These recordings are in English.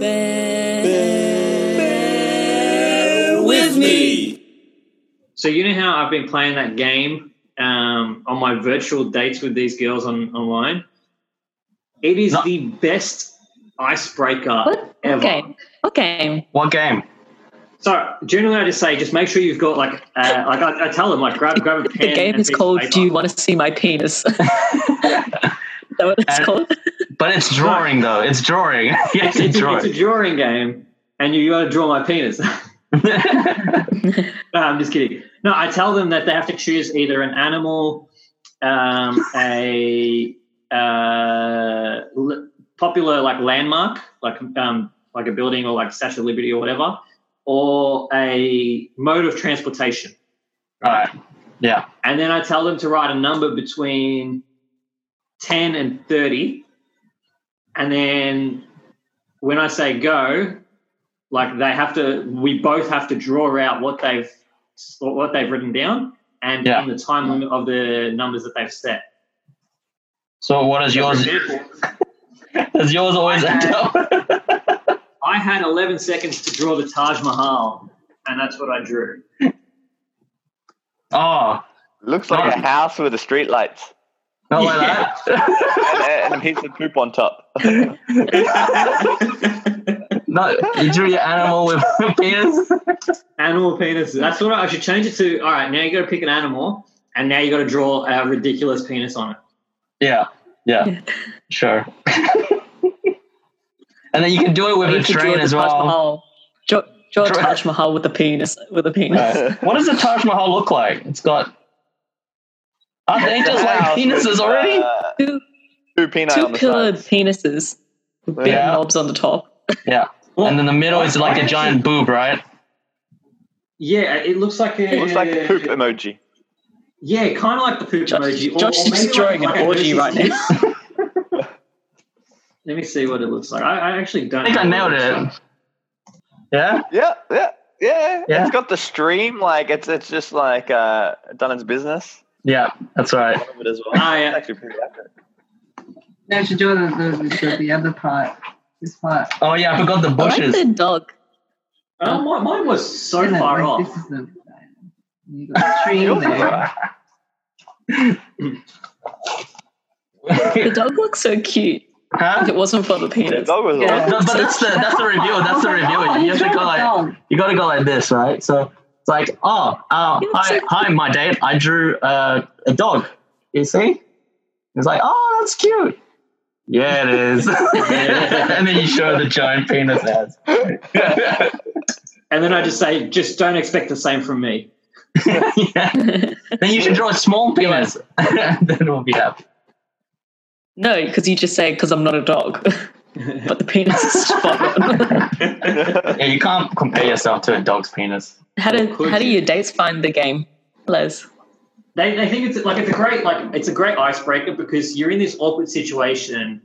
Bear, with me. So you know how I've been playing that game um, on my virtual dates with these girls on online. It is No. the best icebreaker What? ever. Okay. Okay. What game? So generally, I just say just make sure you've got like uh, like I, I tell them like grab grab a pen. The game and is piece of called paper. Do You Want to See My Penis? Is that what it's Uh, called? But it's drawing though. It's drawing. yes, It's, it's it's, a, it's a drawing. drawing game, and you got to draw my penis. no, I'm just kidding. No, I tell them that they have to choose either an animal, um, a uh, l- popular like landmark, like um, like a building or like Statue of Liberty or whatever, or a mode of transportation. Right. Yeah. and then I tell them to write a number between 10 and 30. And then when I say go, like they have to, we both have to draw out what they've what they've written down and Yeah. in the time limit of the numbers that they've set. So what is So, for yours? example, Does yours always end up? I had 11 seconds to draw the Taj Mahal, and that's what I drew. oh, Looks like a Nice. house with the street lights not Yeah. like that. and, and a piece of poop on top. no, you drew your animal with penis. Animal penis. That's what I, I should change it to. All right, now you got to pick an animal, and now you got to draw a ridiculous penis on it. Yeah. Yeah. Sure. and then you can do it with I a need to draw train the as Taj well. Mahal. Draw, draw Draw- Taj Mahal with a penis. With a penis. Right. What does the Taj Mahal look like? It's got. Aren't they It's a just like house penises with, already? uh, Two, two peni two on the pillar sides. penises with big Yeah. knobs on the top. Yeah. Well, and then the middle is like a giant boob, right? Yeah, it looks like a It looks like a poop emoji. Yeah, kind of like the poop Josh- emoji. Josh is maybe drawing an a orgy Hershey's right now. kiss. Let me see what it looks like. I, I actually don't. I think I know what nailed looks like. it. Yeah? Yeah, yeah, yeah, Yeah. It's got the stream. Like it's it's just like uh, done its business. Yeah, that's right. Of it as well. Ah, yeah. It's actually pretty accurate. No, to do the, the, the, the other part. This part. Oh, yeah, I forgot the I like bushes. the dog. Oh, mine, mine was so Isn't it? far Like, off. This is the, you got the tree Yours is there. alright. The dog looks so cute. If huh? it wasn't for the The penis. dog was Yeah. alright. No, but that's the that's the review. That's the Oh, review. You have to go like you got to go like this, right? So it's like, oh, uh, hi, hi, my date. I drew uh, a dog. You see? It's like, oh, that's cute. Yeah, it is. and then you show the giant penis ads. And then I just say, just don't expect the same from me. Yeah. Then you should draw a small penis. then we'll be happy. No, because you just say, because I'm not a dog. but the penis is spot on. Yeah, you can't compare yourself to a dog's penis. how, do, how do your dates find the game, Les? they, they think it's like it's a great like it's a great icebreaker because you're in this awkward situation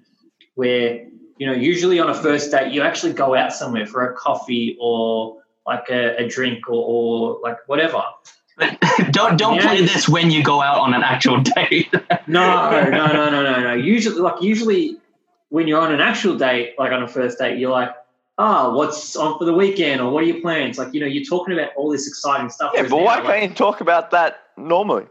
where you know usually on a first date you actually go out somewhere for a coffee or like a, a drink or, or like whatever don't don't Yeah. play this when you go out on an actual date. no no no no no no usually like usually when you're on an actual date like on a first date you're like oh what's on for the weekend or what are your plans like you know you're talking about all this exciting stuff Yeah, whereas but now, why like, can't you talk about that normally?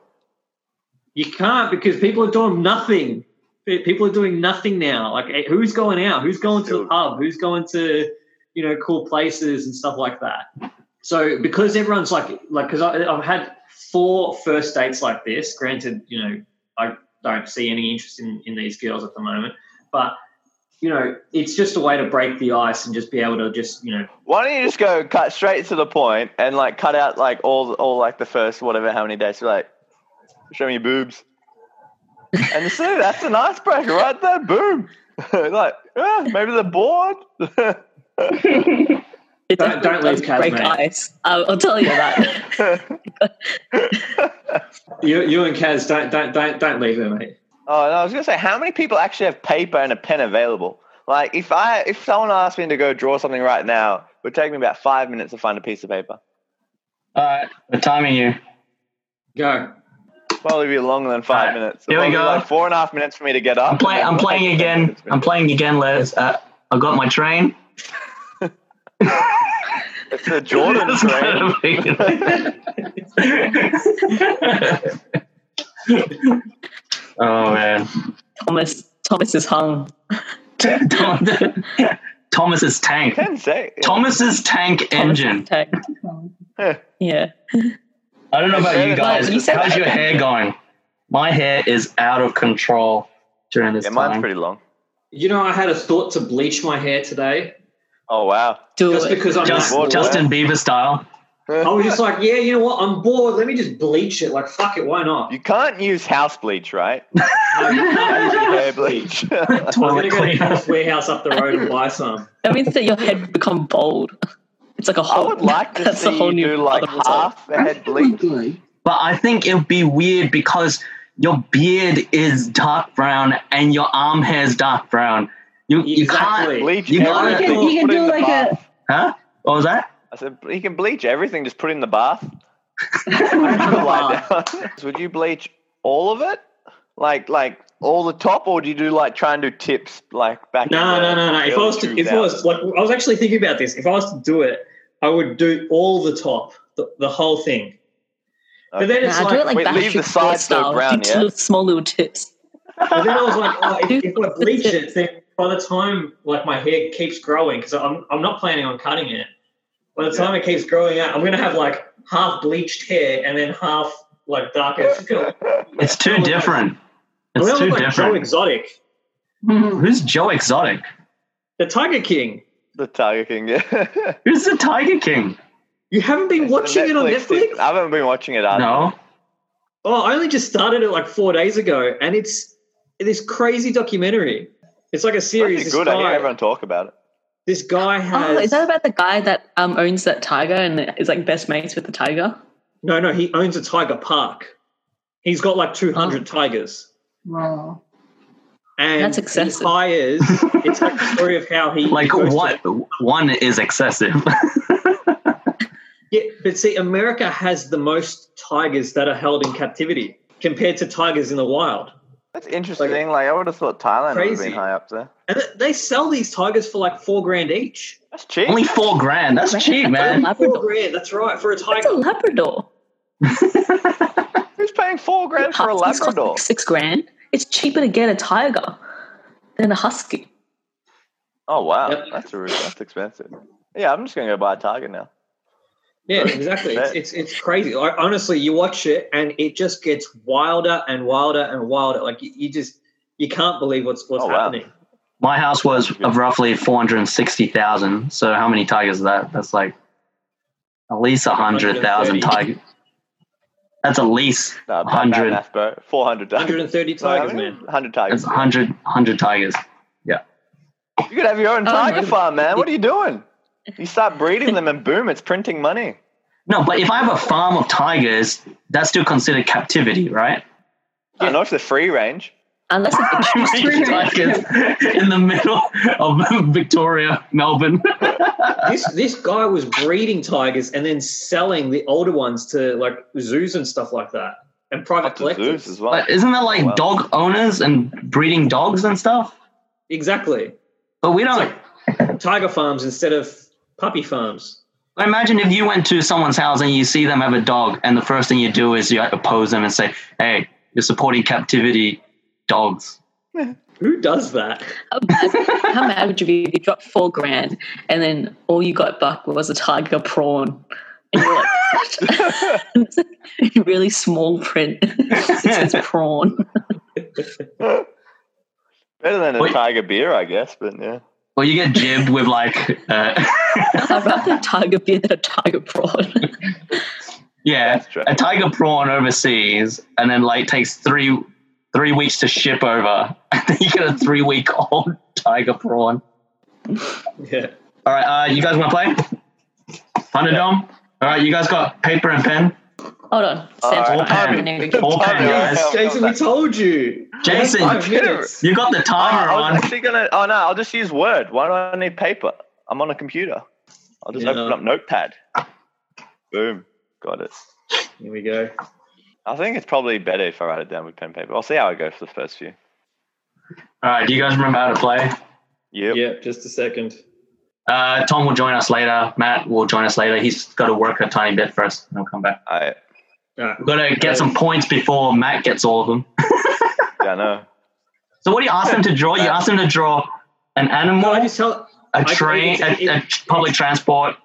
You can't because people are doing nothing. Pe- People are doing nothing now. Like, eh, who's going out? Who's going to the Still- pub? Who's going to, you know, cool places and stuff like that? So because everyone's like, like, because I've had four first dates like this. Granted, you know, I don't see any interest in in these girls at the moment, but you know, it's just a way to break the ice and just be able to just, you know, Why don't you just go cut straight to the point and like cut out like all all like the first whatever how many days? Like, show me your boobs. And you see, that's an icebreaker right there. Boom. like, yeah, maybe they're bored. It Don't- definitely don't leave does break Kaz, mate. ice. I'll, I'll tell you that. you, you and Kaz don't don't don't don't leave her, mate. Oh, no, I was gonna say, how many people actually have paper and a pen available? Like, if I if someone asked me to go draw something right now, it would take me about five minutes to find a piece of paper. All right, we're timing you. Go. Probably be longer than five Alright, minutes. here we Probably go. Like four and a half minutes for me to get up. I'm playing. I'm playing again. I'm playing again, Les. Uh, I got my train. It's the Jordan It's train. gonna be- oh man, Thomas Thomas is hung. Thomas's tank. Ten sec. Thomas's tank engine. Tank. Yeah. I don't know about you guys. You said- How's your hair going? My hair is out of control during this Yeah, mine's time. pretty long. You know, I had a thought to bleach my hair today Oh wow. Do just it. because I'm Just, Bored, Justin Bieber style. I was just like, yeah, Oh, you know what? I'm bored. Let me just bleach it. Like, fuck it. Why not? You can't use house bleach, right? No, you can't use your Hair house bleach. bleach. I was going to Toilet go to cleaner. Chemist Warehouse up the road and buy some. That means that your head become bald. It's like a I whole. would like to that's see a whole you new do like other result. half a head bleach. Probably. But I think it would be weird because your beard is dark brown and your arm hair is dark brown. You, you can't. Exactly. Bleach. You can't- everything, You can- you just put it can in do the like bath. Huh? What was that? I said he can bleach everything. Just put it in the bath. Lie down. Would you bleach all of it? Like like all the top, or do you do like try and do tips like back? No, in no, the no, no. If I early was to, if I was like, I was actually thinking about this. If I was to do it, I would do all the top, the, the whole thing. But then it's Nah, like, do it like Wait, leave the Backstreet side Boys though style. brown, Big yeah? little- small little tips. but then I was like, oh, if, Dude, if I bleach it, then by the time like my hair keeps growing, because I'm I'm not planning on cutting it. By the time it keeps growing out, I'm gonna have like half bleached hair and then half like dark. It's just gonna, It's too I'm different. I'm It's gonna too look like Joe different. Exotic, Who's Joe Exotic? the Tiger King. the Tiger King. Yeah. Who's the Tiger King? You haven't been watching it on Netflix? I haven't been watching Uh, it. either. No. Oh, I only just started it like four days ago, and it's this crazy documentary. It's like a series. Pretty This good. I hear guy, everyone talk about it. this guy Oh, has is that about the guy that um, owns that tiger and is like best mates with the tiger? no, no. He owns a tiger park. He's got like two hundred Oh. tigers, Wow. and That's he excessive. hires. it's like the story of how he Like goes to- what? One is excessive. yeah, but see, America has the most tigers that are held in captivity compared to tigers in the wild, That's interesting. Like, I would have thought Thailand would have Crazy. been high up there. and th- they sell these tigers for like four grand each. That's cheap. Only four grand. That's cheap, That's a man. Four Labrador. grand. That's right for a That's a tiger. Labrador. Who's paying four grand for a Huskies cost, Labrador? like, six grand. It's cheaper to get a tiger than a husky. Oh wow, Yep. that's a, that's expensive. Yeah, I'm just gonna go buy a Tiger now. Yeah, exactly. it's, That- it's it's crazy. Like, honestly, you watch it and it just gets wilder and wilder and wilder. Like you, you just you can't believe what's what's Oh, wow. happening. My house was of roughly four hundred sixty thousand. So how many tigers is that? That's like at least hundred thousand 130. tigers. That's at least No, Hundred. four Hundred hundred Tigers. and thirty tigers, man. Hundred that's Tigers. 100, 100 tigers. You could have your own Oh, tiger no. farm, man. What are you doing? You start breeding them, and boom, it's printing money. No, but if I have a farm of tigers, that's still considered captivity, right? I know if they're free range. Unless it's Three tigers in the middle of Victoria, Melbourne. This this guy was breeding tigers and then selling the older ones to like zoos and stuff like that and private Up to zoos collectors. as well. But isn't that like Wow. dog owners and breeding dogs and stuff? Exactly. But we don't. Tiger farms instead of puppy farms. Imagine if you went to someone's house and you see them have a dog, and the first thing you do is you oppose them and say, "Hey, you're supporting captivity dogs." Who does that? How mad would you be if you dropped four grand and then all you got back was a tiger prawn? And you're like, what? It's in really small print. it says prawn. Better than a Wait. tiger beer, I guess. But yeah, Or you get jibbed with like, uh, I'd rather a tiger beer than a tiger prawn. yeah, that's true. a tiger prawn overseas, and then like takes three three weeks to ship over, and then you get a three week old tiger prawn. Yeah. All right, uh, you guys want to play Thunderdome? All right, you guys got paper and pen. Hold on. Sam's All right. trying to Time. find All pen, Time. guys. Jason, we told you. Jason, Five minutes. you got the Oh, timer I was on. actually gonna. Oh no, I'll just use Word. Why do I need paper? I'm on a computer. I'll just Yeah. open up Notepad. Boom, got it. Here we go. I think it's probably better if I write it down with pen and paper. I'll see how I go for the first few. All right, do you guys remember how to play? Yep. Yeah, just a second. Uh, Tom will join us later. Matt will join us later. He's got to work a tiny bit first, and he'll come back. I We've got to get some points before Matt gets all of them. yeah, I know. So what do you ask them to draw? You ask them to draw an No, I animal, just tell. a I- train, it- a, a public transport.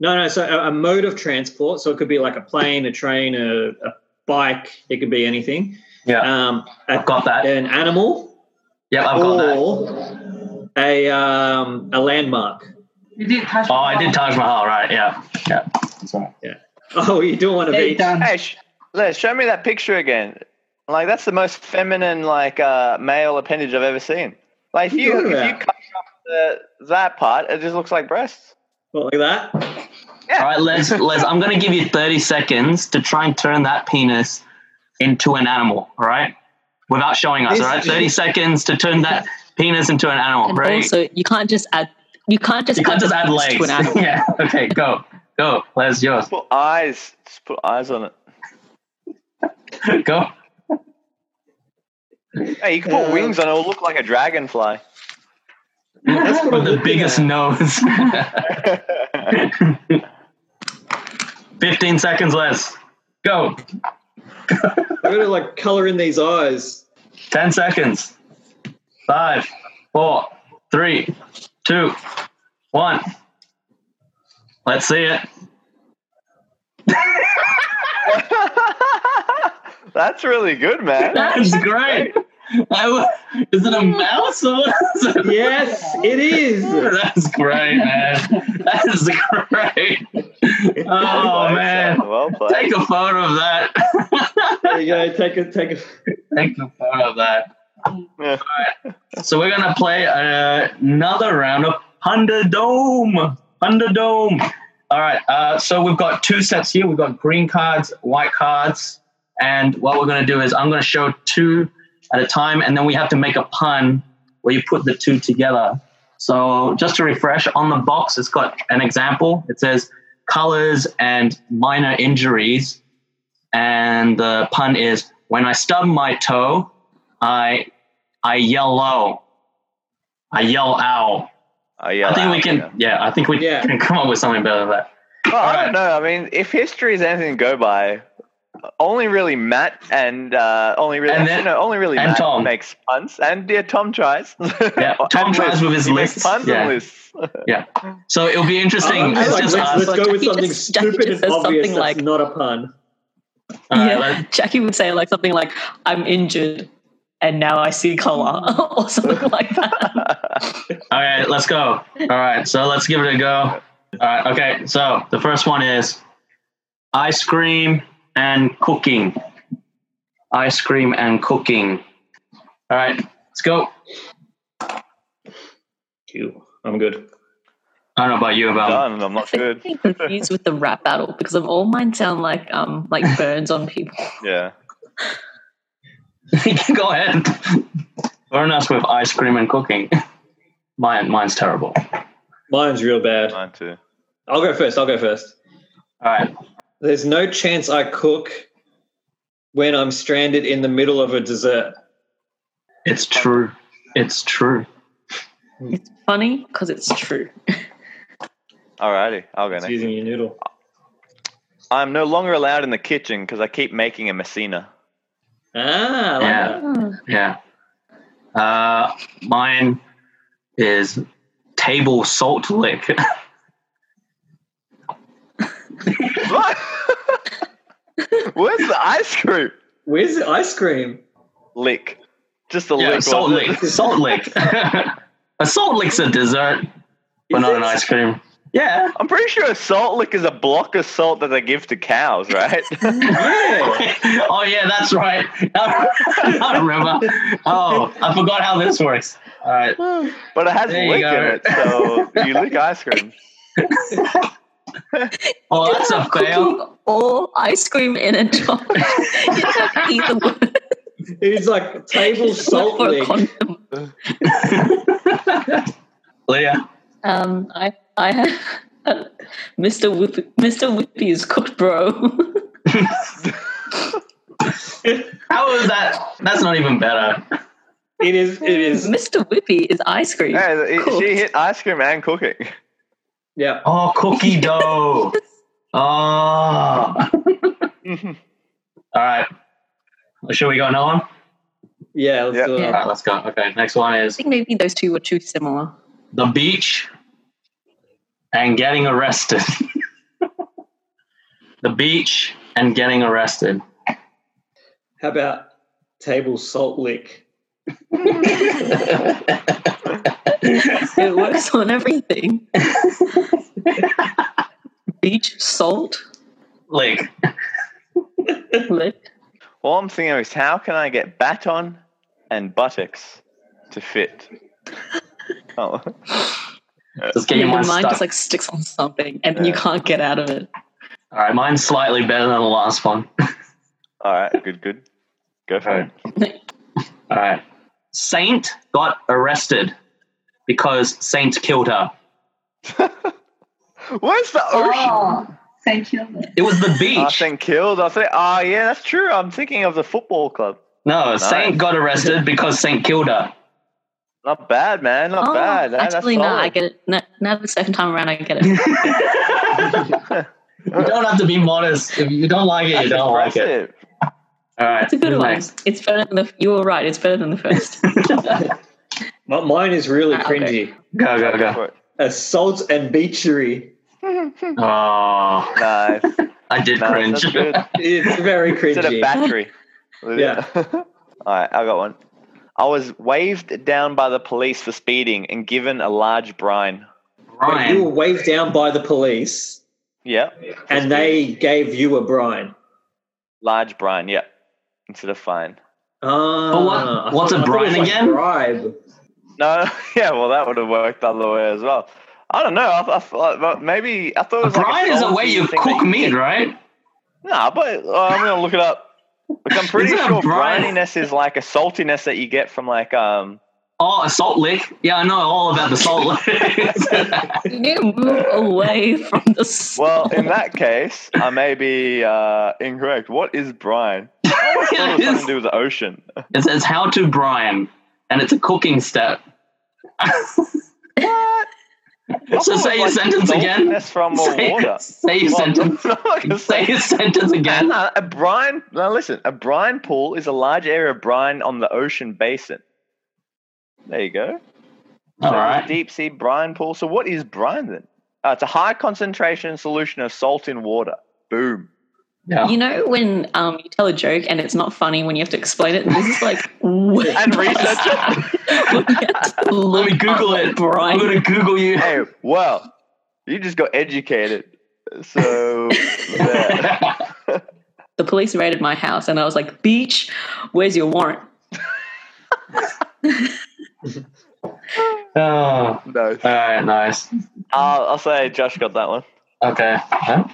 No, no. So a, a mode of transport. So it could be like a plane, a train, a, a bike. It could be anything. Yeah. Um, a, I've got that. an animal Yep, I've got that. or a um, a landmark. You did touch. Oh, I did Taj Mahal, right? Yeah, yeah. That's right. Oh, you do want to There be. you done. Hey, sh- Les, show me that picture again. Like that's the most feminine like uh, male appendage I've ever seen. Like if What are you you talking if you about? cut off the, that part, it just looks like breasts. What, like that? Yeah. All right, Les. Les, I'm going to give you 30 seconds to try and turn that penis into an animal. All right, without showing us. All right, 30 seconds to turn that penis into an animal. And Right? also, you can't just add. You can't just You can't just add this legs. to an animal. yeah. Okay. Go. Go. Les, yours. Put eyes. Just put eyes on it. Go. Hey, you can put wings on it. It'll look like a dragonfly. That's what I'm With the looking biggest at. nose. 15 seconds less. Go. I'm gonna like color in these eyes. 10 seconds. Five, four, three, two, one. Let's see it. That's really good, man. That's great. I w- Is it a mouse or what is it? Yes, it is. That's great, man. That is great. Oh, man. Well played. Take a photo of that. There you go. Take a take a. Take a photo of that. Yeah. So we're gonna play uh, another round of Hundred Dome. Hundred Dome. All right. Uh, so we've got two sets here. We've got green cards, white cards, and what we're gonna do is I'm gonna show two at a time, and then we have to make a pun where you put the two together. So just to refresh, on the box it's got an example. It says colors and minor injuries, and the pun is when I stub my toe, I I yell low. I yell ow. Oh, yeah, I think we wow, can. yeah. Yeah, I think we Yeah. can come up with something better than that. Well, I Alright. don't know. I mean, if history is anything to go by, only really Matt and uh, only really And then- no, only really and Matt Tom. makes puns, and yeah, Tom tries. Yeah, Tom And tries lists. with his He makes lists. Puns Yeah. Um, and lists. So it'll be interesting. Oh, I it's like just Lex- us. let's, Lex- let's All go with Jackie something just- Jackie stupid just and says obvious something that's like- not a pun. right, yeah, let's- Jackie would say like something like, "I'm injured, and now I see color," or something like that. all right, let's go. All right, so let's give it a go. All right, okay. So the first one is ice cream and cooking. Ice cream and cooking. All right, let's go. Ew, I'm good. I don't know about you, about Done. I'm I not think good. I'm confused with the rap battle because of all mine sound like um like burns on people. Yeah. Go ahead. Burn us with ice cream and cooking. Mine, mine's terrible. All Mine's real bad. Mine too. I'll go first. I'll go first. right. There's no chance I cook when I'm stranded in the middle of a dessert. It's true. It's true. Funny because it's true. Alrighty, I'll go It's next. using your noodle. I'm no longer allowed in the kitchen because I keep making a messina. Ah, I like Yeah. that. Yeah. Uh, mine is table salt lick. What? Where's the ice cream? Where's the ice cream? Lick. Just a yeah, lick. salt wasn't it? lick. Salt lick. a salt lick's a dessert, but Is not it? an ice cream. Yeah. I'm pretty sure a salt lick is a block of salt that they give to cows, right? Yeah. oh yeah, that's right. I remember. Oh, I forgot how this works. All right. But it has There you lick in go. it, so you lick ice cream. Oh, that's a fail. Cooking or ice cream in a jar. you have either one it's like table salt for a lick. condom. Leah. Um, I, I have Mr. Whoop, Mr. Whoopies cooked, bro. How is that? That's not even better. It is. It is. Mr. Whippy is ice cream. Hey, it- Cooked. she hit ice cream and cooking. Yeah. Oh, cookie dough. Oh. All right. Should we go another one? Yeah. Let's Yeah. do All it. right, let's go. Okay, next one I is think maybe those two were too similar. the beach and getting arrested. the beach and getting arrested. How about table salt lick? It works on everything. Beach, salt, like, lick. All I'm thinking is how can I get baton and buttocks to fit? Oh, just get And your your mind mind stuck. just like sticks on something and then you Yeah. can't get out of it. All right, mine's slightly better than the last one. all right, good, good. Go for it. All right. Saint got arrested because Saint killed her. Where's the ocean? Oh, St. Kilda. It was the I beach. think killed. I think. Oh, yeah, that's true. I'm thinking of the football club. no, Saint Nice. got arrested because Saint killed her. Not bad, man. Not oh, bad. That- actually, that's no, solid. I get it. No, now the second time around, I get it. You don't have to be modest. If you don't like it, you That's don't like it. impressive. All right. It's a good who's one. next? It's better than the. You were right. It's better than the first. My, mine is really Ah, okay. cringy. Go, go, go. for it. Assault and beachery. Oh, Nice. I did nice. cringe. That's good. It's very Instead of cringy. battery. Yeah. All right, I got one. I was waved down by the police for speeding and given a large brine. Wait, you were Brian. waved down by the police, Yeah, and they gave you a brine. large brine. Yeah, instead of fine. Ah, But what- I what's thought- a I thought it was brine again? Bribe. No, yeah. Well, that would have worked the other way as well. I don't know. I, I thought well, maybe I thought it A was like brine is a way you salty thing cook that you- meat, right? Nah, but uh, I'm gonna look it up. Like, I'm pretty Isn't a sure brine- brininess is like a saltiness that you get from like um. Oh, a salt lick. Yeah, I know all about the salt lick. you need to move away from the. s- Well, in that case, I may be uh, incorrect. What is brine? What does something to it's, do with the ocean? it says how to brine, and it's a cooking step. What? So say your sentence again. That's from Say, a water. say your Well, sentence. I'm not gonna Say say your sentence again. No, a brine. Now listen, a brine pool is a large area of brine on the ocean basin. There you go. All A right. deep sea brine pool. So what is brine then? Uh, it's a high concentration solution of salt in water. Boom. Yeah. You know when um, you tell a joke and it's not funny when you have to explain it. This is like way And research it. Let Let me Google it. I'm Brian. gonna Google you. Hey, well, you just got educated. So there. The police raided my house, and I was like, "Beach, where's your warrant?" oh. All no. right. Nice. I'll, Uh, I'll say Josh got that one. Okay. Huh?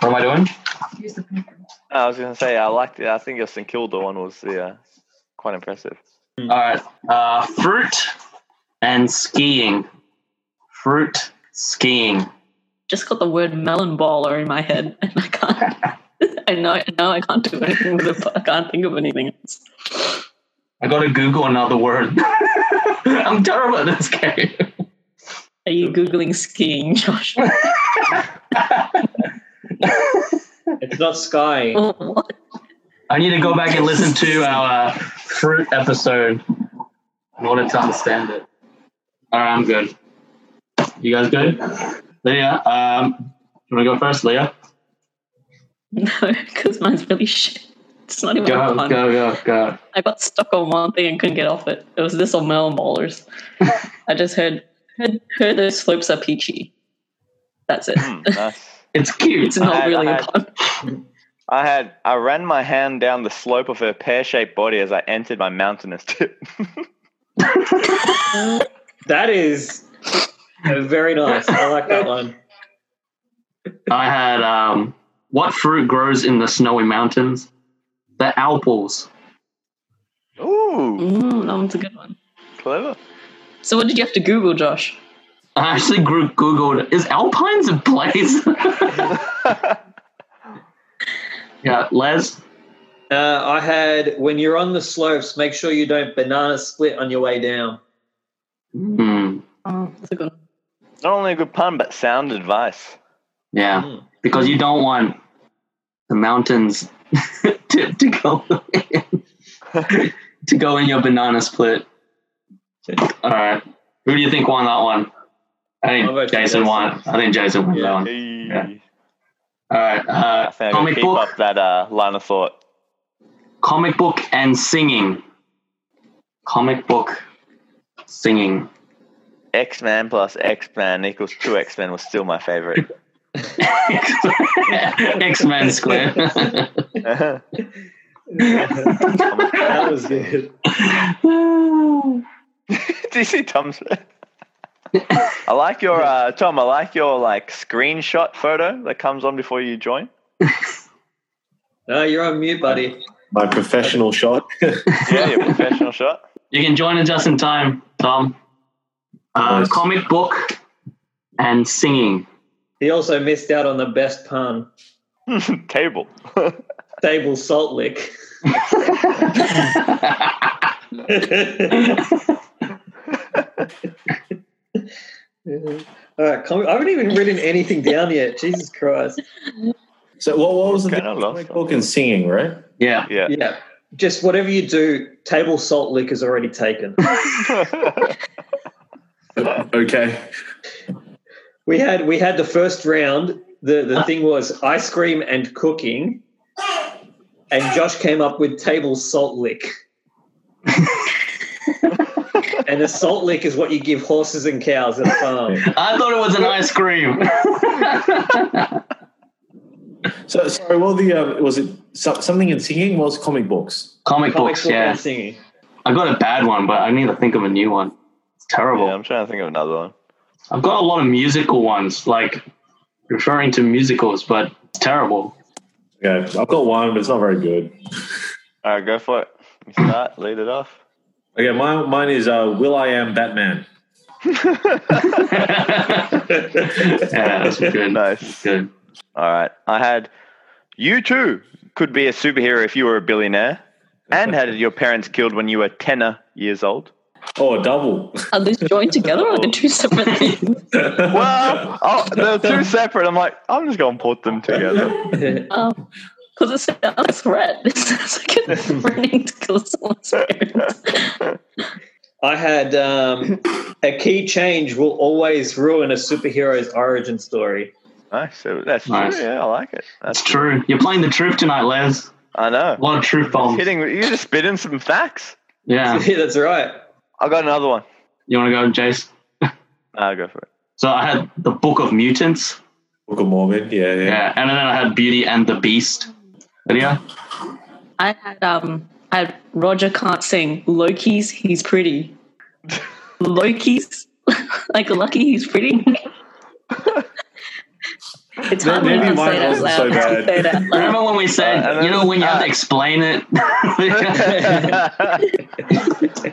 What am I doing? Use the paper. Uh, I was gonna say I liked it. I think your St Kilda one was yeah, quite impressive. All right. Uh, fruit and skiing. Fruit skiing. Just got the word melon baller in my head, and I can't. I know, now I can't do anything with it. But I can't think of anything else. I gotta Google another word. I'm terrible at this game. Are you googling skiing, Josh? It's not sky. Or what? I need to go back and listen to our uh, fruit episode in order to understand it. All right, I'm good. You guys good? Leah, um, you want to go first, Leah? No, because mine's really shit. It's not even Go, fun. go, go, go. I got stuck on one thing and couldn't get off it. It was this or melon ballers. I just heard heard, heard those slopes are peachy. That's it. Hmm, nice. It's cute. It's not I- really I- a pun. I had I ran my hand down the slope of her pear-shaped body as I entered my mountainous tip. That is uh, very nice. I like that one. I had um, what fruit grows in the snowy mountains? The apples. Ooh, Mm, that one's a good one. clever. So what did you have to Google, Josh? I actually gro- googled is alpines a place? yeah, Les. Uh, I had when you're on the slopes, make sure you don't banana split on your way down. Hmm. Oh, that's a good one. Not only a good pun, but sound advice. Yeah, Hmm. Mm. because you don't want the mountains to, to go to go in your banana split. All right, who do you think won that one? I I'll go think Jason Jason. won. I think Jason won that Yeah. one. Yeah. All right, I uh, think I'm comic gonna keep book, up that uh, line of thought. comic book, and singing. Comic book, singing. X Men plus X Men equals two X Men was still my favorite. X Men Square. that that was good. Do you see Tom's? I like your uh, Tom. I like your like screenshot photo that comes on before you join. No, you're on mute, buddy. My professional shot. Yeah, your professional shot. You can join us just in time, Tom. Uh, Nice. Comic book and singing. He also missed out on the best pun. Table. Table salt lick. All right, com- I haven't even written anything down yet. Jesus Chrisst. So what, what was the Kinda thing? lost Comic book and singing, right? yeah. Yeah. Yeah. Just whatever you do, table salt lick is already taken. Okay. We had we had the first round. The the thing was ice cream and cooking. And Josh came up with table salt lick. and a salt lick is what you give horses and cows at a farm. I thought it was an ice cream. So sorry, what were the um, was it so- something in singing? What was comic books? Comic books, book yeah. and singing. I got a bad one, but I need to think of a new one. It's terrible. Yeah, I'm trying to think of another one. I've got a lot of musical ones, like referring to musicals, but it's terrible. Okay, I've got one, but it's not very good. All right, go for it. You start. Lead it off. Okay, my, mine is uh, Will I Am Batman. yeah, that's good. Nice. Good. All right. I had you too could be a superhero if you were a billionaire and had your parents killed when you were 10 years old. Oh, double. Are these joined together or are they two Oh. separate things? Well, oh, they're two separate. I'm like, I'm just going to put them together. Oh, Because it sounds like a threat. It sounds like a threatening to kill someone's parents. I had um, a key change will always ruin a superhero's origin story. Nice. So that's Nice. true. Yeah, I like it. That's That's, true. You're playing the truth tonight, Les. I A know. lot of truth Just bombs. Hitting, you're just spitting some facts. Yeah. That's right. I got another one. You want to go, Jace? I'll go for it. So I had the Book of Mutants. Book of Mormon. Yeah, yeah. Yeah, and then I had Beauty and the Beast. Lydia? I had um I had Roger can't sing. Loki's he's pretty. Loki's like lucky he's pretty. it's hard when you Maybe can say mine it out wasn't loud. so but you bad. say it out loud. Remember when we said, Uh, and then- you know, when you have to explain it? All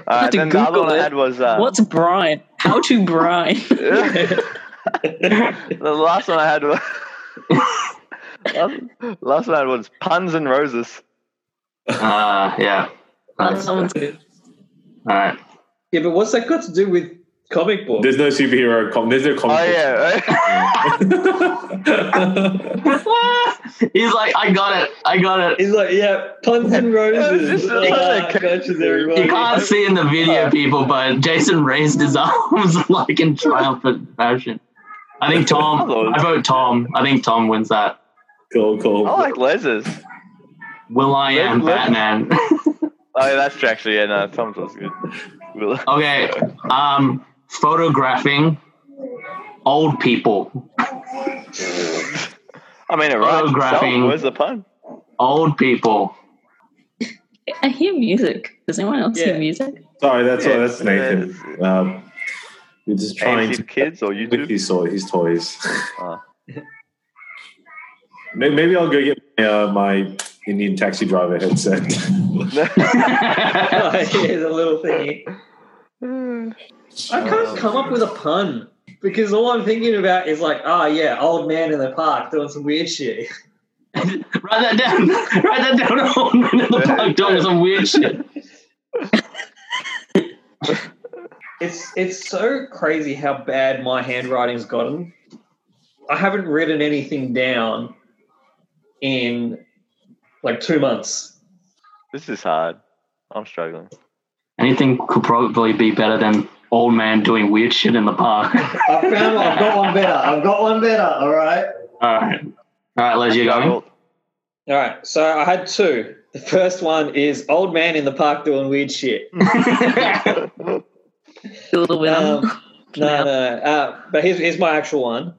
right, to then the other Google one I it. had was uh, What's brine? How to brine? the last one I had was last, last one I had was puns and roses. uh, yeah. That sounds good. All right. Yeah, but what's that got to do with comic books? There's no superhero. Com- there's no Oh comic. yeah, right? yeah. He's like, I got it. I got it. He's like, yeah, puns and It's roses. just- Ah, gotcha there, You everybody. can't see in the video, people, but Jason raised his arms like in triumphant fashion. I think Tom, I vote Tom. I think Tom wins that. cool, cool. Oh, I like Les's. Will I am Batman. Oh, yeah, that's true. Actually, yeah, no, Tom's was good. Will- okay. Um, photographing old people. I mean, it rhymes. itself. Photographing. Where's the pun? Old people. I hear music. Does anyone else Yeah. hear music? Sorry, that's all. That's Yeah, yeah, Nathan. Um, we're just trying AMC to Kids or with YouTube? his, toy- his toys. Ah. May- Maybe I'll go get my, uh, my Indian taxi driver headset. Oh, yeah, the little thingy. I Oh. Um, can't come up with a pun ah, because all I'm thinking about is like, oh yeah, old man in the park doing some weird shit. Write that down. Write that down. Oh, man, the plug dog is some weird shit. It's it's so crazy how bad my handwriting's gotten. I haven't written anything down in like two months. This is hard. I'm struggling. Anything could probably be better than old man doing weird shit in the park. I found one. I've got one better. I've got one better. All right. All right. All right, Les, you going? All right. So I had two. The first one is old man in the park doing weird shit. Still the winner. Um, no, no, no. Uh, but here's, here's my actual one.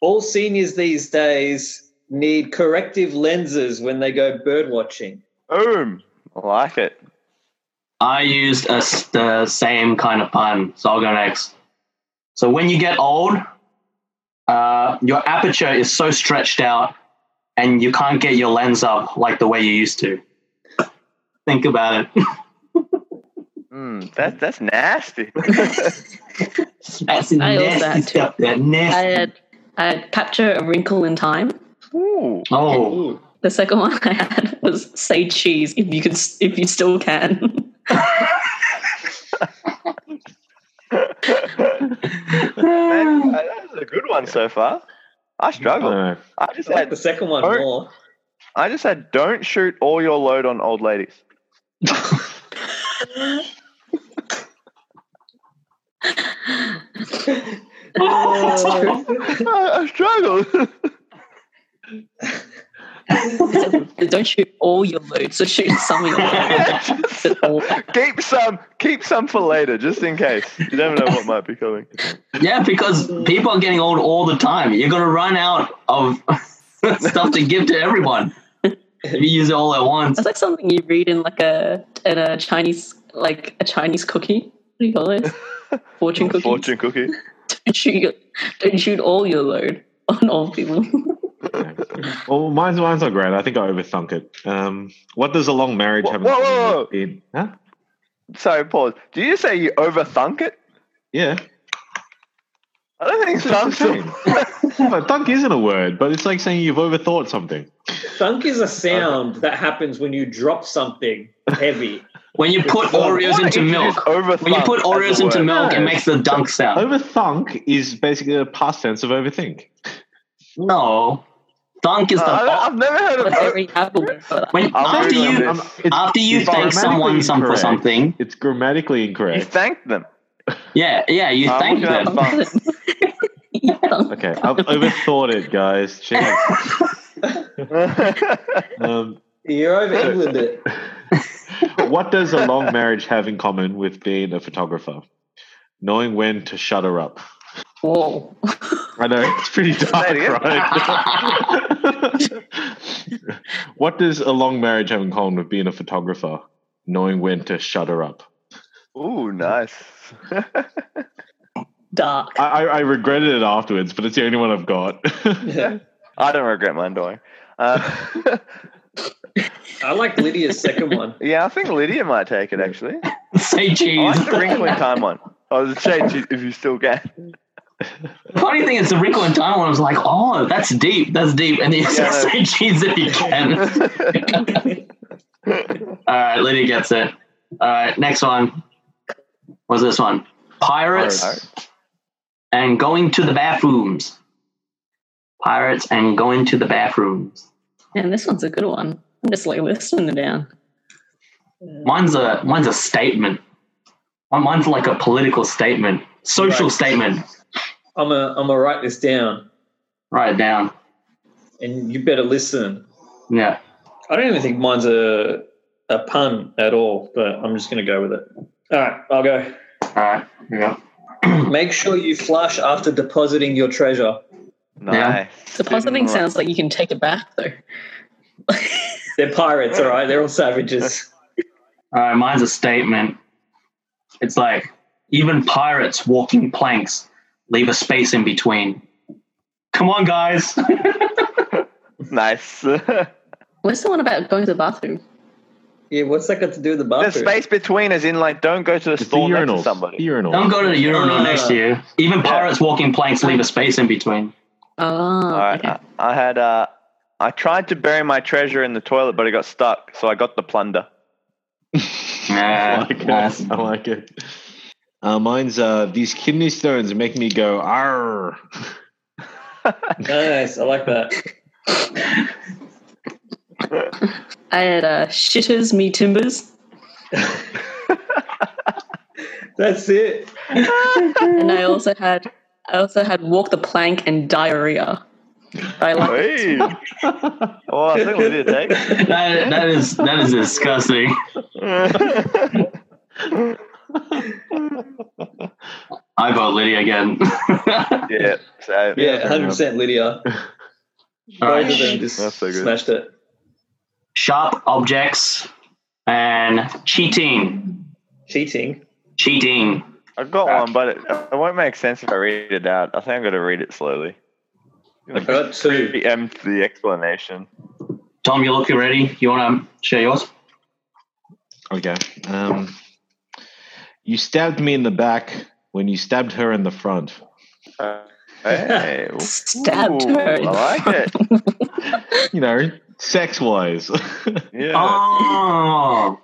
All seniors these days need corrective lenses when they go bird watching. Boom. I like it. I used a s the same kind of pun, so I'll go next. So when you get old, uh, your aperture is so stretched out, and you can't get your lens up like the way you used to. Think about it. Mm, that, that's nasty. That's I also had nasty to. stuff. That I uh, nasty. had I had capture a wrinkle in time. Ooh. Oh, The second one I had was say cheese if you could s- if you still can. Man, uh, that was a good one so far. I struggle. know. I just I like the had second one Or- more. I just had don't shoot all your load on old ladies. Oh. I, I struggle. Don't shoot all your loot, so shoot some of your loot. That's all. keep some keep some for later, just in case. You never know what might be coming. yeah, because people are getting old all the time. You're gonna run out of stuff to give to everyone if you use it all at once. That's like something you read in like a in a Chinese like a Chinese cookie. What do you call it? Fortune cookie. Fortune cookie. Don't shoot your, don't shoot all your load on all people. Well, mine's, mine's not great. I think I overthunk it. Um, what does a long marriage Whoa, have whoa, whoa, whoa. in huh? Sorry, pause. Did you say you overthunk it? Yeah. I don't think That's the so. same. but thunk isn't a word, but it's like saying you've overthought something. Thunk is a sound that happens when you drop something heavy. When you put Oreos into milk, when you put Oreos into milk, it No. makes the dunk sound. Overthunk is basically the past tense of overthink. No, dunk is the I've never heard of That's o- every apple. when I'll after Google you this. Um, it's, after you it's thank someone grammatically some, for incorrect. something. It's grammatically you incorrect. thanked them. Yeah, yeah, you I'm thank looking up them. thunk. Okay, I've overthought it, guys. Cheers. Um, You're over England it. what does a long marriage have in common with being a photographer? Knowing when to shut her up. Whoa. I know it's pretty dark, it. right? what does a long marriage have in common with being a photographer? Knowing when to shut her up. Ooh, nice. Dark. I, I, I regretted it afterwards, but it's the only one I've got. I don't regret mine doing. Uh, I like Lydia's second one. yeah, I think Lydia might take it actually. Say I cheese. like the wrinkle in time one. I was change it if you still can. Funny thing is, the wrinkle in time one was like, oh, that's deep, that's deep, and then you Yeah. say cheese if you can. All right, Lydia gets it. All right, next one. What's this one? Pirates Pirates. and going to the bathrooms. Pirates and going to the bathrooms. And this one's a good one. I'm just like listening it down. Mine's a mine's a statement. Mine- Mine's like a political statement, social Right. statement. I'm gonna I'm gonna write this down, Write it down. and you better listen. Yeah. I don't even think mine's a a pun at all, but I'm just gonna go with it. All right, I'll go. All right. Here we go. Make sure you flush after depositing your treasure. Nice. Depositing Didn't- sounds like you can take it back though. They're pirates, all right. They're all savages. All right. Mine's a statement. It's like even pirates walking planks leave a space in between. Come on, guys. Nice. the What's the one about going to the bathroom? Yeah, what's that got to do with the bathroom? space between is in like don't go to the It's the store next to urinals. The somebody. urinals. Don't go to the urinal Uh, next to you. Even pirates walking planks leave a space in between. Oh, All right. okay. I, I had uh, I tried to bury my treasure in the toilet, but it got stuck, so I got the plunder. I Nah, like nice. it. I like it. Uh, mine's uh, these kidney stones make me go arr. Nice. I like that. I had uh, shitters me timbers, That's it. and I also had I also had walk the plank and diarrhea. I like Hey. oh, I think we did take. That, that is that is disgusting. I vote Liddy again. yeah. So, Yeah, Yeah, fair hundred percent, Lydia. Both of them just That's so good. smashed it. Sharp objects and cheating. Cheating. Cheating. I've got one, but it, it won't make sense if I read it out. I think I'm going to read it slowly. I got two. Preempt the explanation. Tom, you looking ready? You want to share yours? Okay. Um, you stabbed me in the back when you stabbed her in the front. Hey. it. stabbed Ooh, her. I like it. You know, sex wise. Yeah. Oh,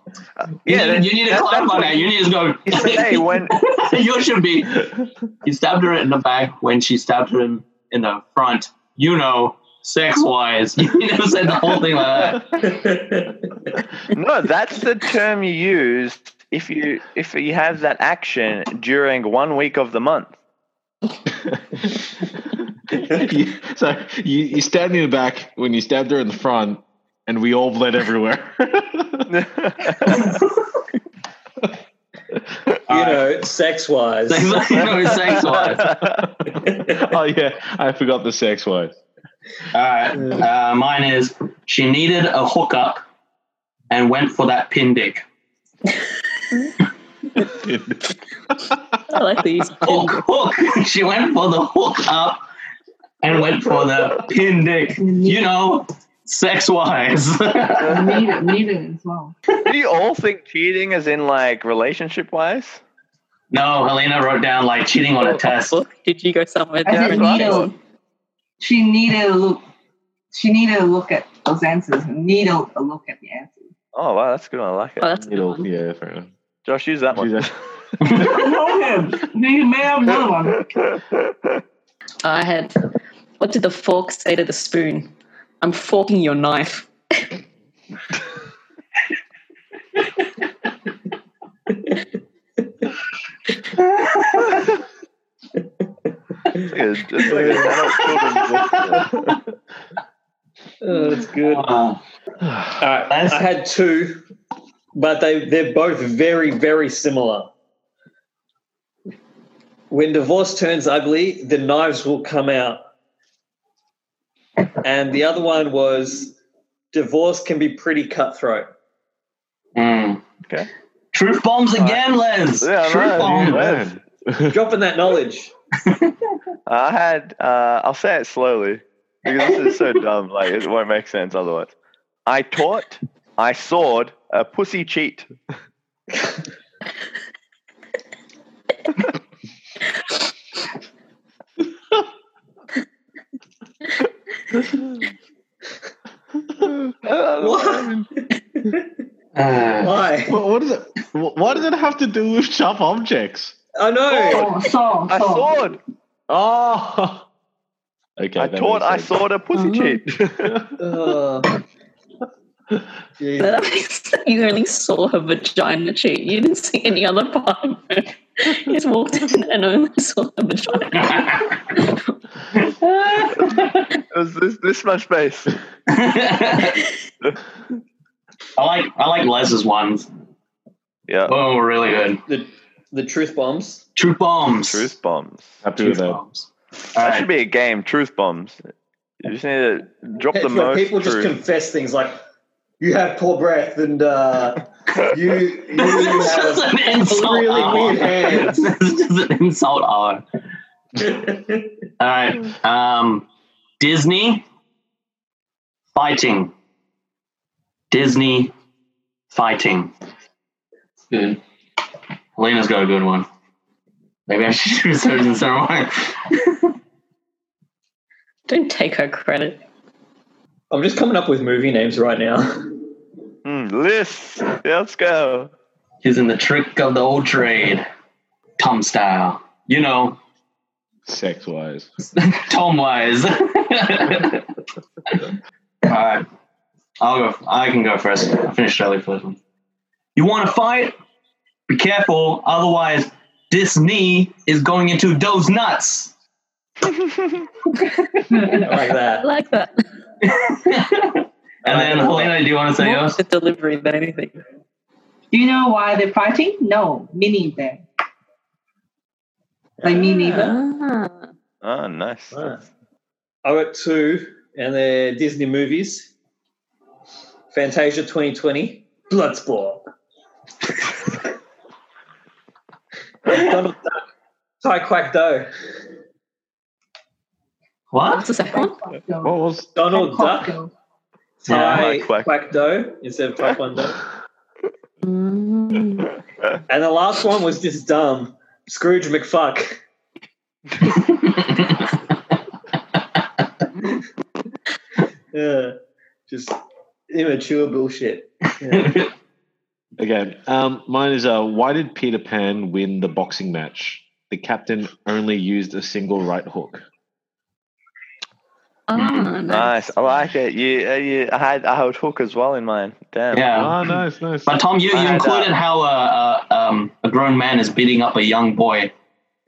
yeah. You, that- Um, you need to that- climb that's on what that. You need to he said, Hey, go. when you should be. He stabbed her in the back when she stabbed him in the front. You know, sex wise. You need to said the whole thing like that. no, that's the term you use if you if you have that action during one week of the month. You- so you, you stabbed me in the back when you stabbed her in the front, and we all bled everywhere. Oh, You know, sex wise. you know, sex wise. oh yeah, I forgot the sex wise. All right. Uh, mine is she needed a hookup and went for that pin dick. I like these. Hook, hook. She went for the hook up and went for the pin dick. You know, sex wise. Need it, need it as well. Do you all think cheating is in like relationship wise? no, Helena wrote down like cheating on a test. Did you go somewhere? I Yeah, didn't that's need right. a, she needed a look. She needed a look at those answers. Need a, a look at the answers. Oh wow, that's a good. One. I like Oh, it. that's a good It'll, one. yeah, fair enough. Josh, use that one. She's I know him. He may have another one. I had. What did the fork say to the spoon? I'm forking your knife. It's just like an adult children's book. Oh, that's good. Uh, a- All right, That's- I had two, but they they're both very very similar. When divorce turns ugly, the knives will come out. And the other one was divorce can be pretty cutthroat. mm. Okay. Truth bombs again, Les. Yeah, I Truth know, bombs. dude. Man. Dropping that knowledge. I had. Uh, I'll say it slowly because this is so dumb. Like it won't make sense otherwise. I taught. I sawed a pussy cheat. Why? Uh, Why? What, what does it? wh- Why does it have to do with sharp objects? I know. Oh, so, I so. sawed. Oh. Okay. I that taught. I makes sense. sawed a pussy cheat. Oh. That means you only saw her vagina cheek. You didn't see any other part of her. You just walked in and only saw her vagina. It was this, this much space. I like I like Les's ones. Yeah. Oh, really good. the the truth bombs. Truth bombs. Truth bombs. Happy with Truth that. bombs. All That right. should be a game. Truth bombs. You just need to drop the It's where most people truth. just confess things like you have poor breath and uh, you you This is have an insult really hour. weird hands. this is just an insult hour. All right. Um, Disney fighting. Disney fighting. Good. Helena's got a good one. Maybe I should do search in ceremony. Don't take her credit. I'm just coming up with movie names right now. Hmm, lists. Yeah, let's go. Using the trick of the old trade, Tom style. You know, Sex wise. Tom wise. All right, I'll go. I can go first. I finished early for this one. You want to fight? Be careful, otherwise this knee is going into those nuts. I like I that. like that. And then Helena, do you want to say More yours? the delivery than anything. Do you know why they're fighting? No, me neither. Like me neither. Ah. Oh, nice. Ah. I got two, and they're Disney movies. Fantasia 2020, Bloodsport. Donald Duck, Tai Quack Do. What? What's the second one? What was Donald Duck, Tai Tai Quack. Quack Do instead of Taekwondo. Mm. and the last one was just dumb. Scrooge McFuck. Yeah. Just immature bullshit. Yeah. again? Um, mine is uh, why did Peter Pan win the boxing match? The captain only used a single right hook. Ah, Nice. I like it. You, uh, you, I had, I had hook as well in mine. Damn. yeah. Ah, nice, nice. But Tom, you, you included how a, a, um, a grown man is beating up a young boy.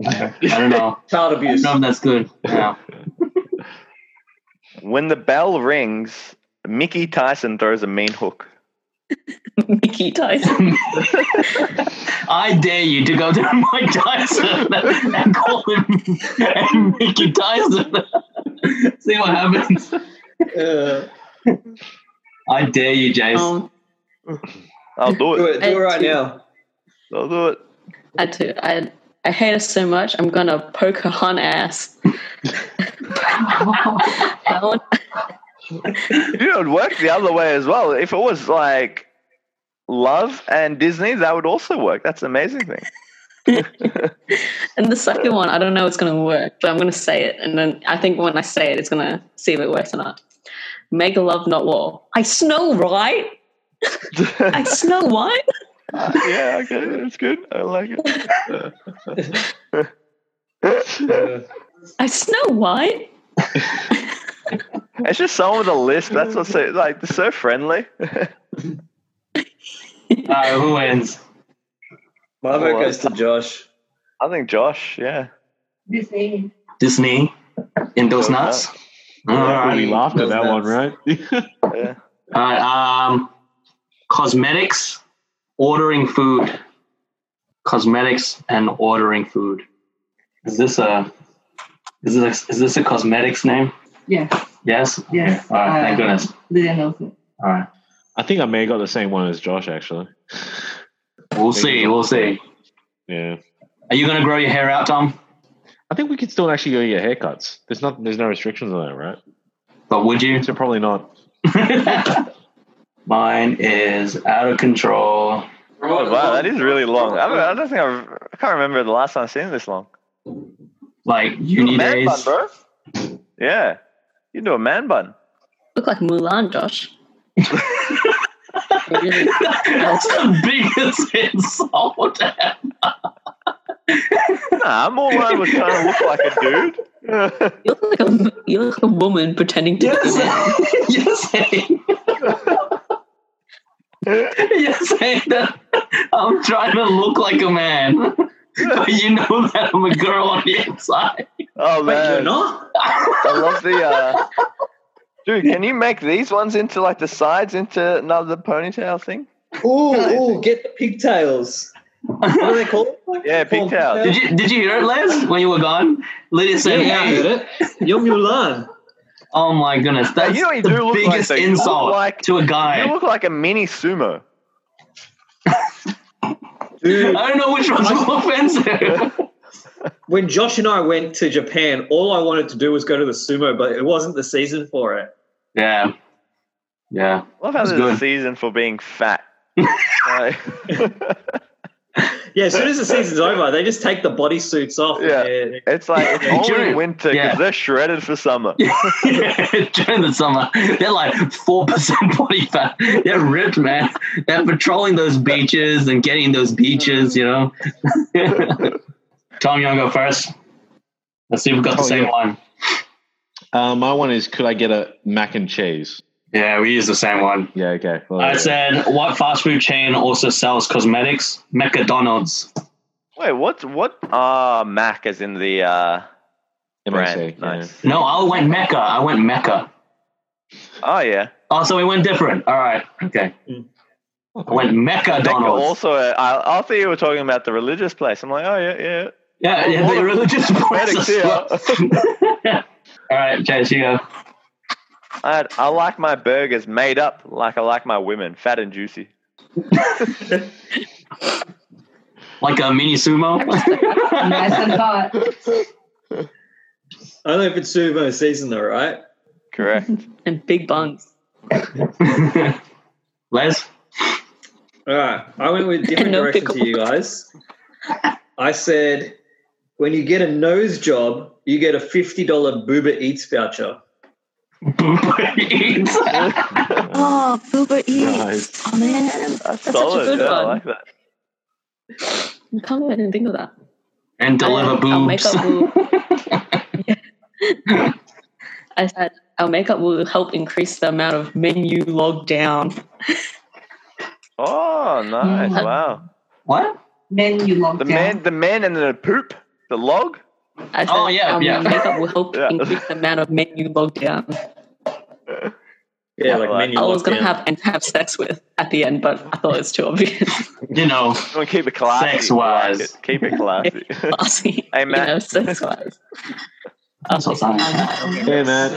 I don't know. Child I don't abuse. know if that's good. Yeah. When the bell rings, Mickey Tyson throws a mean hook. Mickey Tyson. I dare you to go to Mike Tyson and call him and Mickey Tyson. See what happens. Yeah. I dare you, Jace. Oh. Um, I'll do Do it. it, do it right now. I'll do it. I do. I I hate her so much. I'm gonna poke her hun ass. That one. You know, it worked the other way as well. If it was like love and Disney, that would also work. That's an amazing thing. And the second one, I don't know if it's gonna work, but I'm gonna say it, and then I think when I say it, it's gonna see if it works or not. Make love, not war. I snow right. I snow white. yeah, okay, that's good. I like it. Yeah. I snow white. it's just someone with a list. That's what's so, like they're so friendly. All right, who wins? My vote goes to Josh. I think Josh. Yeah, This name. Disney in those nuts. All we right. laughed at that one, right? yeah. All right. Um, cosmetics, ordering food, cosmetics, and ordering food. Is this a is this a, is this a cosmetics name? Yes. Yes. Yes. All right. Thank Uh, goodness. Lydia knows it. All right. I think I may have got the same one as Josh, actually. We'll see. We'll see. Yeah. Are you gonna grow your hair out, Tom? I think we could still actually go get haircuts. There's not, there's no restrictions on that, right? But would you? So probably not. Mine is out of control. Oh, wow, that is really long. I don't, I don't think I've, I can't remember the last time I've seen this long. Like You do uni a man days. bun, bro. Yeah, you do a man bun. Look like Mulan, Josh. That's the biggest insult. Nah, I'm all I was trying to look like a dude. You look like a you look like a woman pretending to be a man. Yes, yes, Hank. yes, Hank, that- I'm trying to look like a man, but you know that I'm a girl on the inside. Oh Wait, you're man, not? I love the. Uh... Dude, can you make these ones into like the sides into another ponytail thing? Ooh, ooh, get the pigtails. What do they call it? Yeah, pigtails. Did you did you hear it, Les? When you were gone, Lydia said, Yeah, I "Hey, heard it. You're Mulan. oh my goodness, that's you know what you the do look like, biggest though? You look insult like- to a You guy." look like a mini sumo. Dude, I don't know which one's more offensive. when Josh and I went to Japan, all I wanted to do was go to the sumo, but it wasn't the season for it. yeah, yeah. I love how That's there's a good. season for being fat. Like- Yeah, as soon as the season's over, they just take the bodysuits off. Yeah. and they're- It's like it's Yeah, only during- winter because yeah. they're shredded for summer. During the summer, they're like 4% body fat. They're ripped, man. They're patrolling those beaches and getting those beaches, you know. Tom, you want to go first? Let's see if we've got the Oh, same yeah. one. Uh, my one is could I get a mac and cheese? Yeah, we use the same one. Yeah, okay. Well, I said, what fast food chain also sells cosmetics? McDonald's. Wait, what? What? Ah, Mac is in the uh, MSC, brand. Nice. No, I went Mecca. I went Mecca. Oh yeah, Oh, so we went different. All right. Okay. Oh, I went Mecca Mecca Donald's. also. Uh, I, I thought you were talking about the religious place. I'm like, oh yeah, yeah. Yeah, yeah, the religious Medics, places. yeah. All right, Chase, you go. I I like my burgers made up like I like my women, fat and juicy. Like a mini sumo. nice and hot. Only if it's sumo season, though, right? Correct. and big bungs Les? All right, I went with a different And no direction to you guys. I said, when you get a nose job, you get a fifty dollar Booba Eats voucher. Booba Eats. oh Uber Nice. oh man That's, such a solid. good yeah, one. I like that. I can't believe I didn't think of that and deliver I'll- I'll make boobs. up will. Yeah. I said our makeup will help increase the amount of menu log down. Oh, nice! Mm. Wow. what? Men you locked The down. man, the man, and the poop, the log. I said, Oh, yeah, um, yeah. makeup will help Yeah. increase the amount of men you log down. Yeah, like menu I was gonna lockdown. have and have sex with at the end, but I thought it was too obvious. You know, You want to keep it classy. Sex-wise. I like it. keep it classy. Classy, Hey, you Matt. know, sex wise. that's what's on. All Hey, man.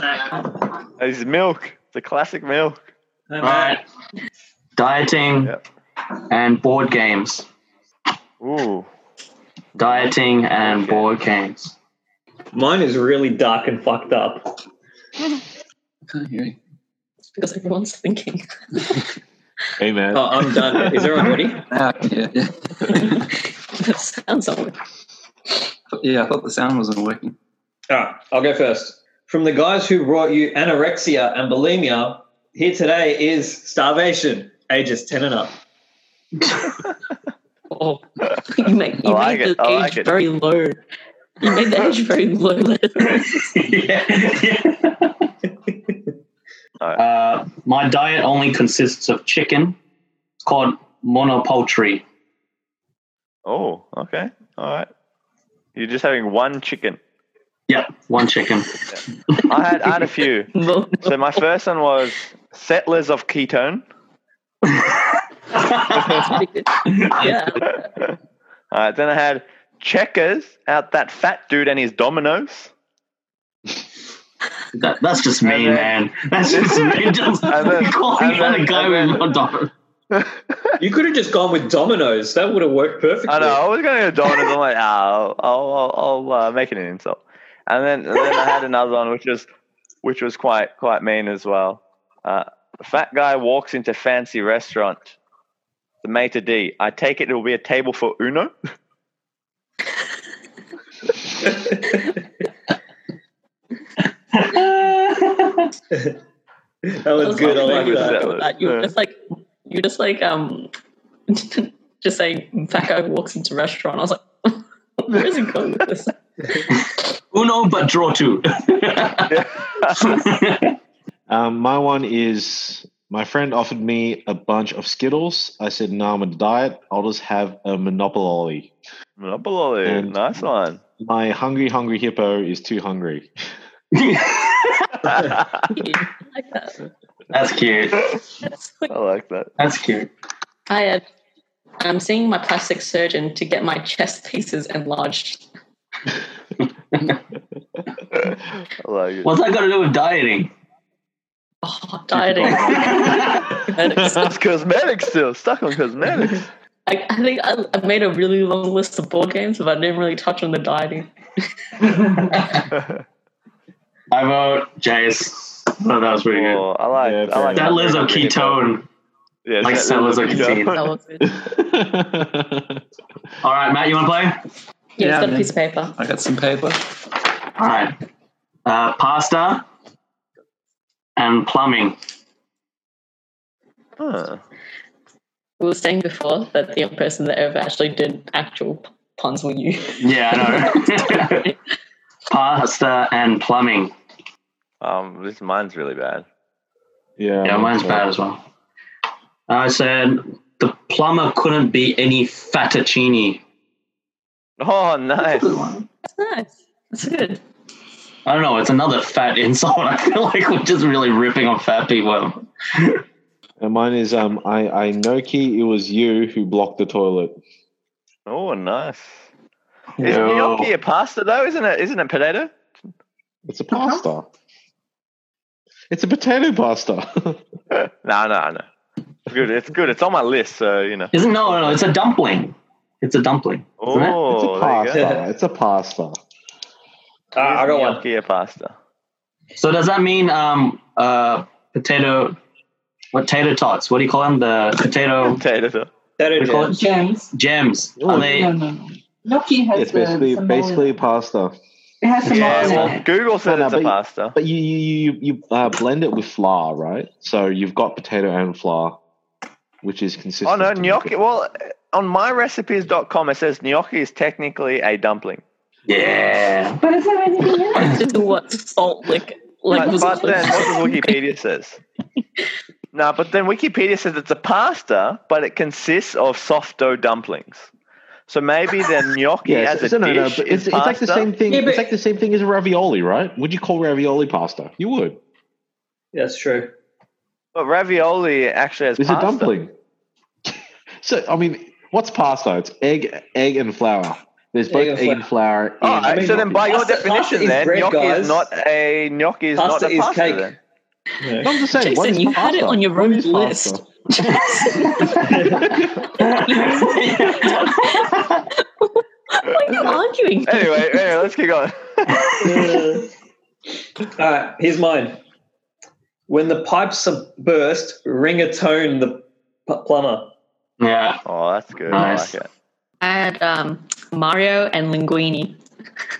it's milk. It's a classic milk. right. Dieting Yep. and board games. Ooh. Dieting and board games. Mine is really dark and fucked up. It's because everyone's thinking. Hey, man. Oh, I'm done. Is everyone ready? Ah, yeah, yeah. the sounds on it. yeah, I thought the sound wasn't working. All right, Ah, I'll go first. From the guys who brought you anorexia and bulimia, here today is starvation, ages 10 and up. Oh, you make you I like made it, the I age like it. very low. You made the age very low. Uh, my diet only consists of chicken. It's called monopoltry. Oh, okay. All right. You're just having one chicken. Yep, one chicken. I had, I had a few. Well, So my first one was settlers of ketone. yeah, All right. Then I had checkers out that fat dude and his dominoes. That, that's just me, And then- man. That's just me. Just And then- calling and out a then- guy and with then- one dollar. You could have just gone with dominoes. That would have worked perfectly. I know. I was going to Domino's. I'm like, ah, I'll, I'll, I'll uh, make it an insult. And then, and then I had another one, which was, which was quite, quite mean as well. Uh, fat guy walks into fancy restaurant. The maitre d. I take it it will be a table for Uno. That was good. I like With that. salad. Like, you're Yeah. just like you're just like um just saying fat guy walks into restaurant. I was like, where is he going with this? Uno, but draw two. Um, my one is my friend offered me a bunch of Skittles. I said, no, I'm on a diet. I'll just have a Monopoly. Monopoly. And- nice one. My hungry, hungry hippo is too hungry. that's I I like that. cute. That's like, like that. That's cute. I had I'm seeing my plastic surgeon to get my chest pieces enlarged. I like it. What's that got to do with dieting? Oh, dieting. It's cosmetics still. Stuck on cosmetics. I, I think I, I made a really long list of board games, but I didn't really touch on the dieting. I vote Jace. I thought that was pretty good. Oh, I like Yeah, I fair enough. like That lives on Really good. ketone. Yeah, Like that- settlers are contained. That was good. Yeah, All right, Matt, you want to play? it's Yeah, got a man. piece of paper. I got some paper. All right. Uh, pasta and plumbing. Huh. We were saying before that the only person that ever actually did actual puns were you. Yeah, I know. pasta and plumbing. Um, this mine's really bad. yeah, Yeah, mine's bad as well. I said the plumber couldn't be any fettuccine. Oh, nice. That's nice. That's good. I don't know. It's another fat insult. I feel like we're just really ripping on fat people. And mine is um, I I know key it was you who blocked the toilet. Oh, nice. Is Yo. gnocchi a pasta though? Isn't it? Isn't it potato? It's a pasta. It's a potato pasta. no, no, no. It's good. It's good. It's on my list, so you know. Isn't no, no, no, it's a dumpling. It's a dumpling. isn't it? it's a Oh, there you go. pasta. It's a pasta. Uh, I got one. Gnocchi a pasta. So does that mean um uh potato potato tots? What do you call them? The potato Potato. That we is call it Gems. gems. Are Ooh. No, they no, no. Gnocchi has It's the basically Samoan- basically pasta. It has some Yeah, olive well, in it. Google said Well, it's no, a but- pasta. But you you you, you uh, blend it with flour, right? So you've got potato and flour, which is consistent. Oh no, to make gnocchi. it. Well, uh, on myrecipes.com it says gnocchi is technically a dumpling. Yeah. But it's not anything in it. Just what salt like like but, was it but like then what does Wikipedia says? No, but then Wikipedia says it's a pasta, but it consists of soft dough dumplings. So maybe the gnocchi Yeah, as so, a no, dish no, but it's, is it's pasta. like the same thing. Yeah, but- it's like the same thing as ravioli, right? Would you call ravioli pasta? You would. Yeah, that's true. But ravioli actually has It's pasta. a dumpling. so I mean, what's pasta? It's egg, egg and flour. There's both and egg and flour. in Oh, I- so then gnocchi. by your Pasta- pasta definition, is then bread, gnocchi is guys. not a gnocchi is Pasta not a is pasta. cake. Then. No, I'm just saying. what Jason, is you pasta? had it on your What own is pasta? list. Why are you arguing? Anyway, anyway, let's keep going. All right, here's mine. When the pipes burst, ring a tone the p- plumber. yeah. Oh, that's good. Nice. I like I had um, Mario and Linguini.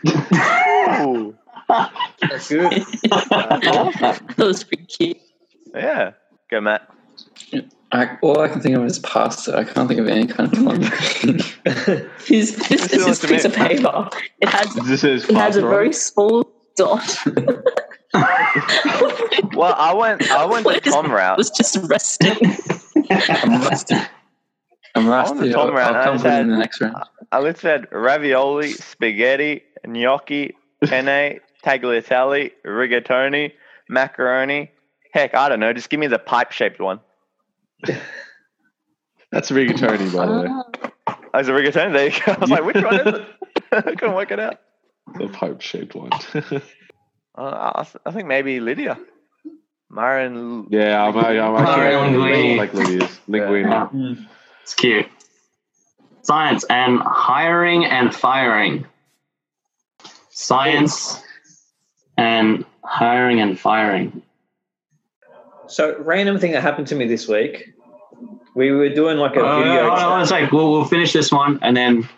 it. Ooh, That's good. that's awesome. That was pretty cute. Yeah. Go, Matt. I, all I can think of is pasta. I can't think of any kind of plumbing. His, this Still is his to piece me. of paper. It has This is it has a pasta. right? very small dot. Well, I went. I went the What is- Tom route. was just resting. I'm rusty. I'm want the rusty. Tom I'll, round. I'll I come said- good in the next round. I literally had ravioli, spaghetti, gnocchi, penne, tagliatelle, rigatoni, macaroni. Heck, I don't know. Just give me the pipe-shaped one. That's rigatoni, by the way. Oh, it's a rigatoni. There you go. I was like, which one is it? I couldn't work it out. The pipe shaped one. Uh, I, I th- I think maybe Lydia. Marin. yeah, I'm, I'm actually Linguine. like Lydia's linguine. Yeah. It's cute. Science and hiring and firing. Science and hiring and firing. So, random thing that happened to me this week. We were doing like a Oh, Uh, hold video. on, hold on a chat. sec. We'll, we'll finish this one and then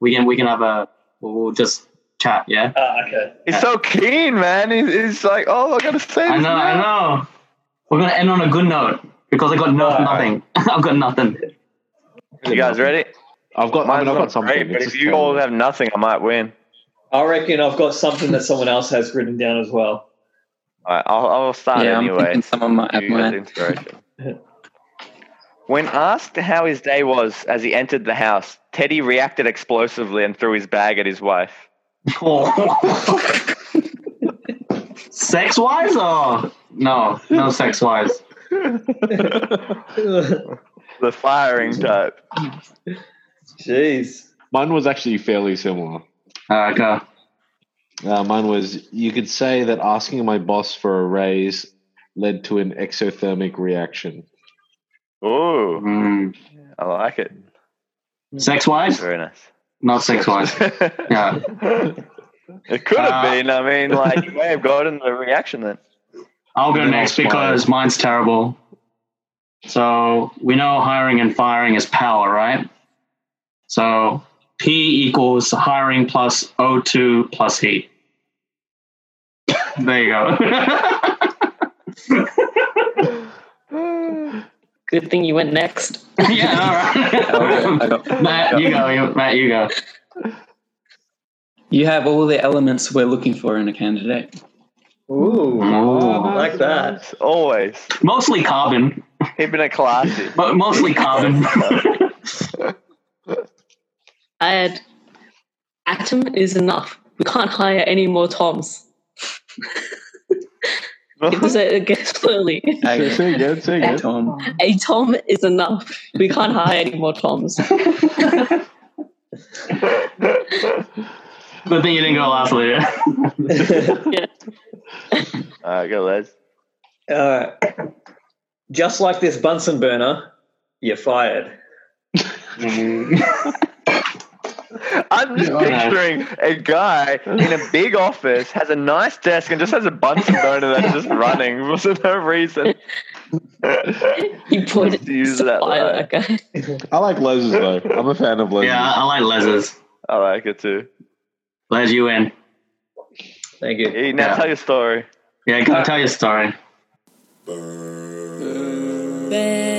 we can we can have a we'll, we'll just chat. Yeah. Ah, okay. He's so keen, man. He's, he's like, oh, I gotta say this. I know. now. I know. We're gonna end on a good note because I got no, Alright. nothing. I've got nothing. You guys ready? I've got. I mean, I've got not something. great, but It's if just you kind of- all have nothing, I might win. I reckon I've got something that someone else has written down as well. All right, I'll, I'll start yeah, I'm anyway. thinking someone might have You got the mine. inspiration. When asked how his day was as he entered the house, Teddy reacted explosively and threw his bag at his wife. sex wise or no? No sex wise. The Mm-hmm. firing type. Jeez. mine was actually fairly similar. Uh, go. Uh, mine was. You could say that asking my boss for a raise led to an exothermic reaction. Ooh, Mm. I like it. Sex wise? Very nice. Not sex wise. Yeah. It could have Uh, been. I mean, like, you may have gotten the reaction then. I'll go Then I'll next smile. because mine's terrible. So we know hiring and firing is power, right? So P equals hiring plus O2 plus heat. there you go. Good thing you went next. yeah, all Oh, right. I got- Matt, you go. you- Matt, you go. You have all the elements we're looking for in a candidate. Ooh. Ooh. like that. Always Mostly carbon, keeping it classy. but mostly carbon. I had Atom is enough. We can't hire any more Toms. It was a guess slowly. Say, say again, say again. Tom. A Tom is enough. We can't hire any more Toms. Good thing you didn't go last later. All right, go, Les. Uh, just like this Bunsen burner, you're fired. Mm. I'm just picturing a guy in a big office has a nice desk and just has a Bunsen burner that's just running for no reason. You put it Use to that fire line. that guy. I like Les's though. I'm a fan of Les's. yeah, I like Les's. I like it too. Les, you in. Thank you. Hey, now Yeah. tell your story. Uh, Yeah, go tell your story. Burn.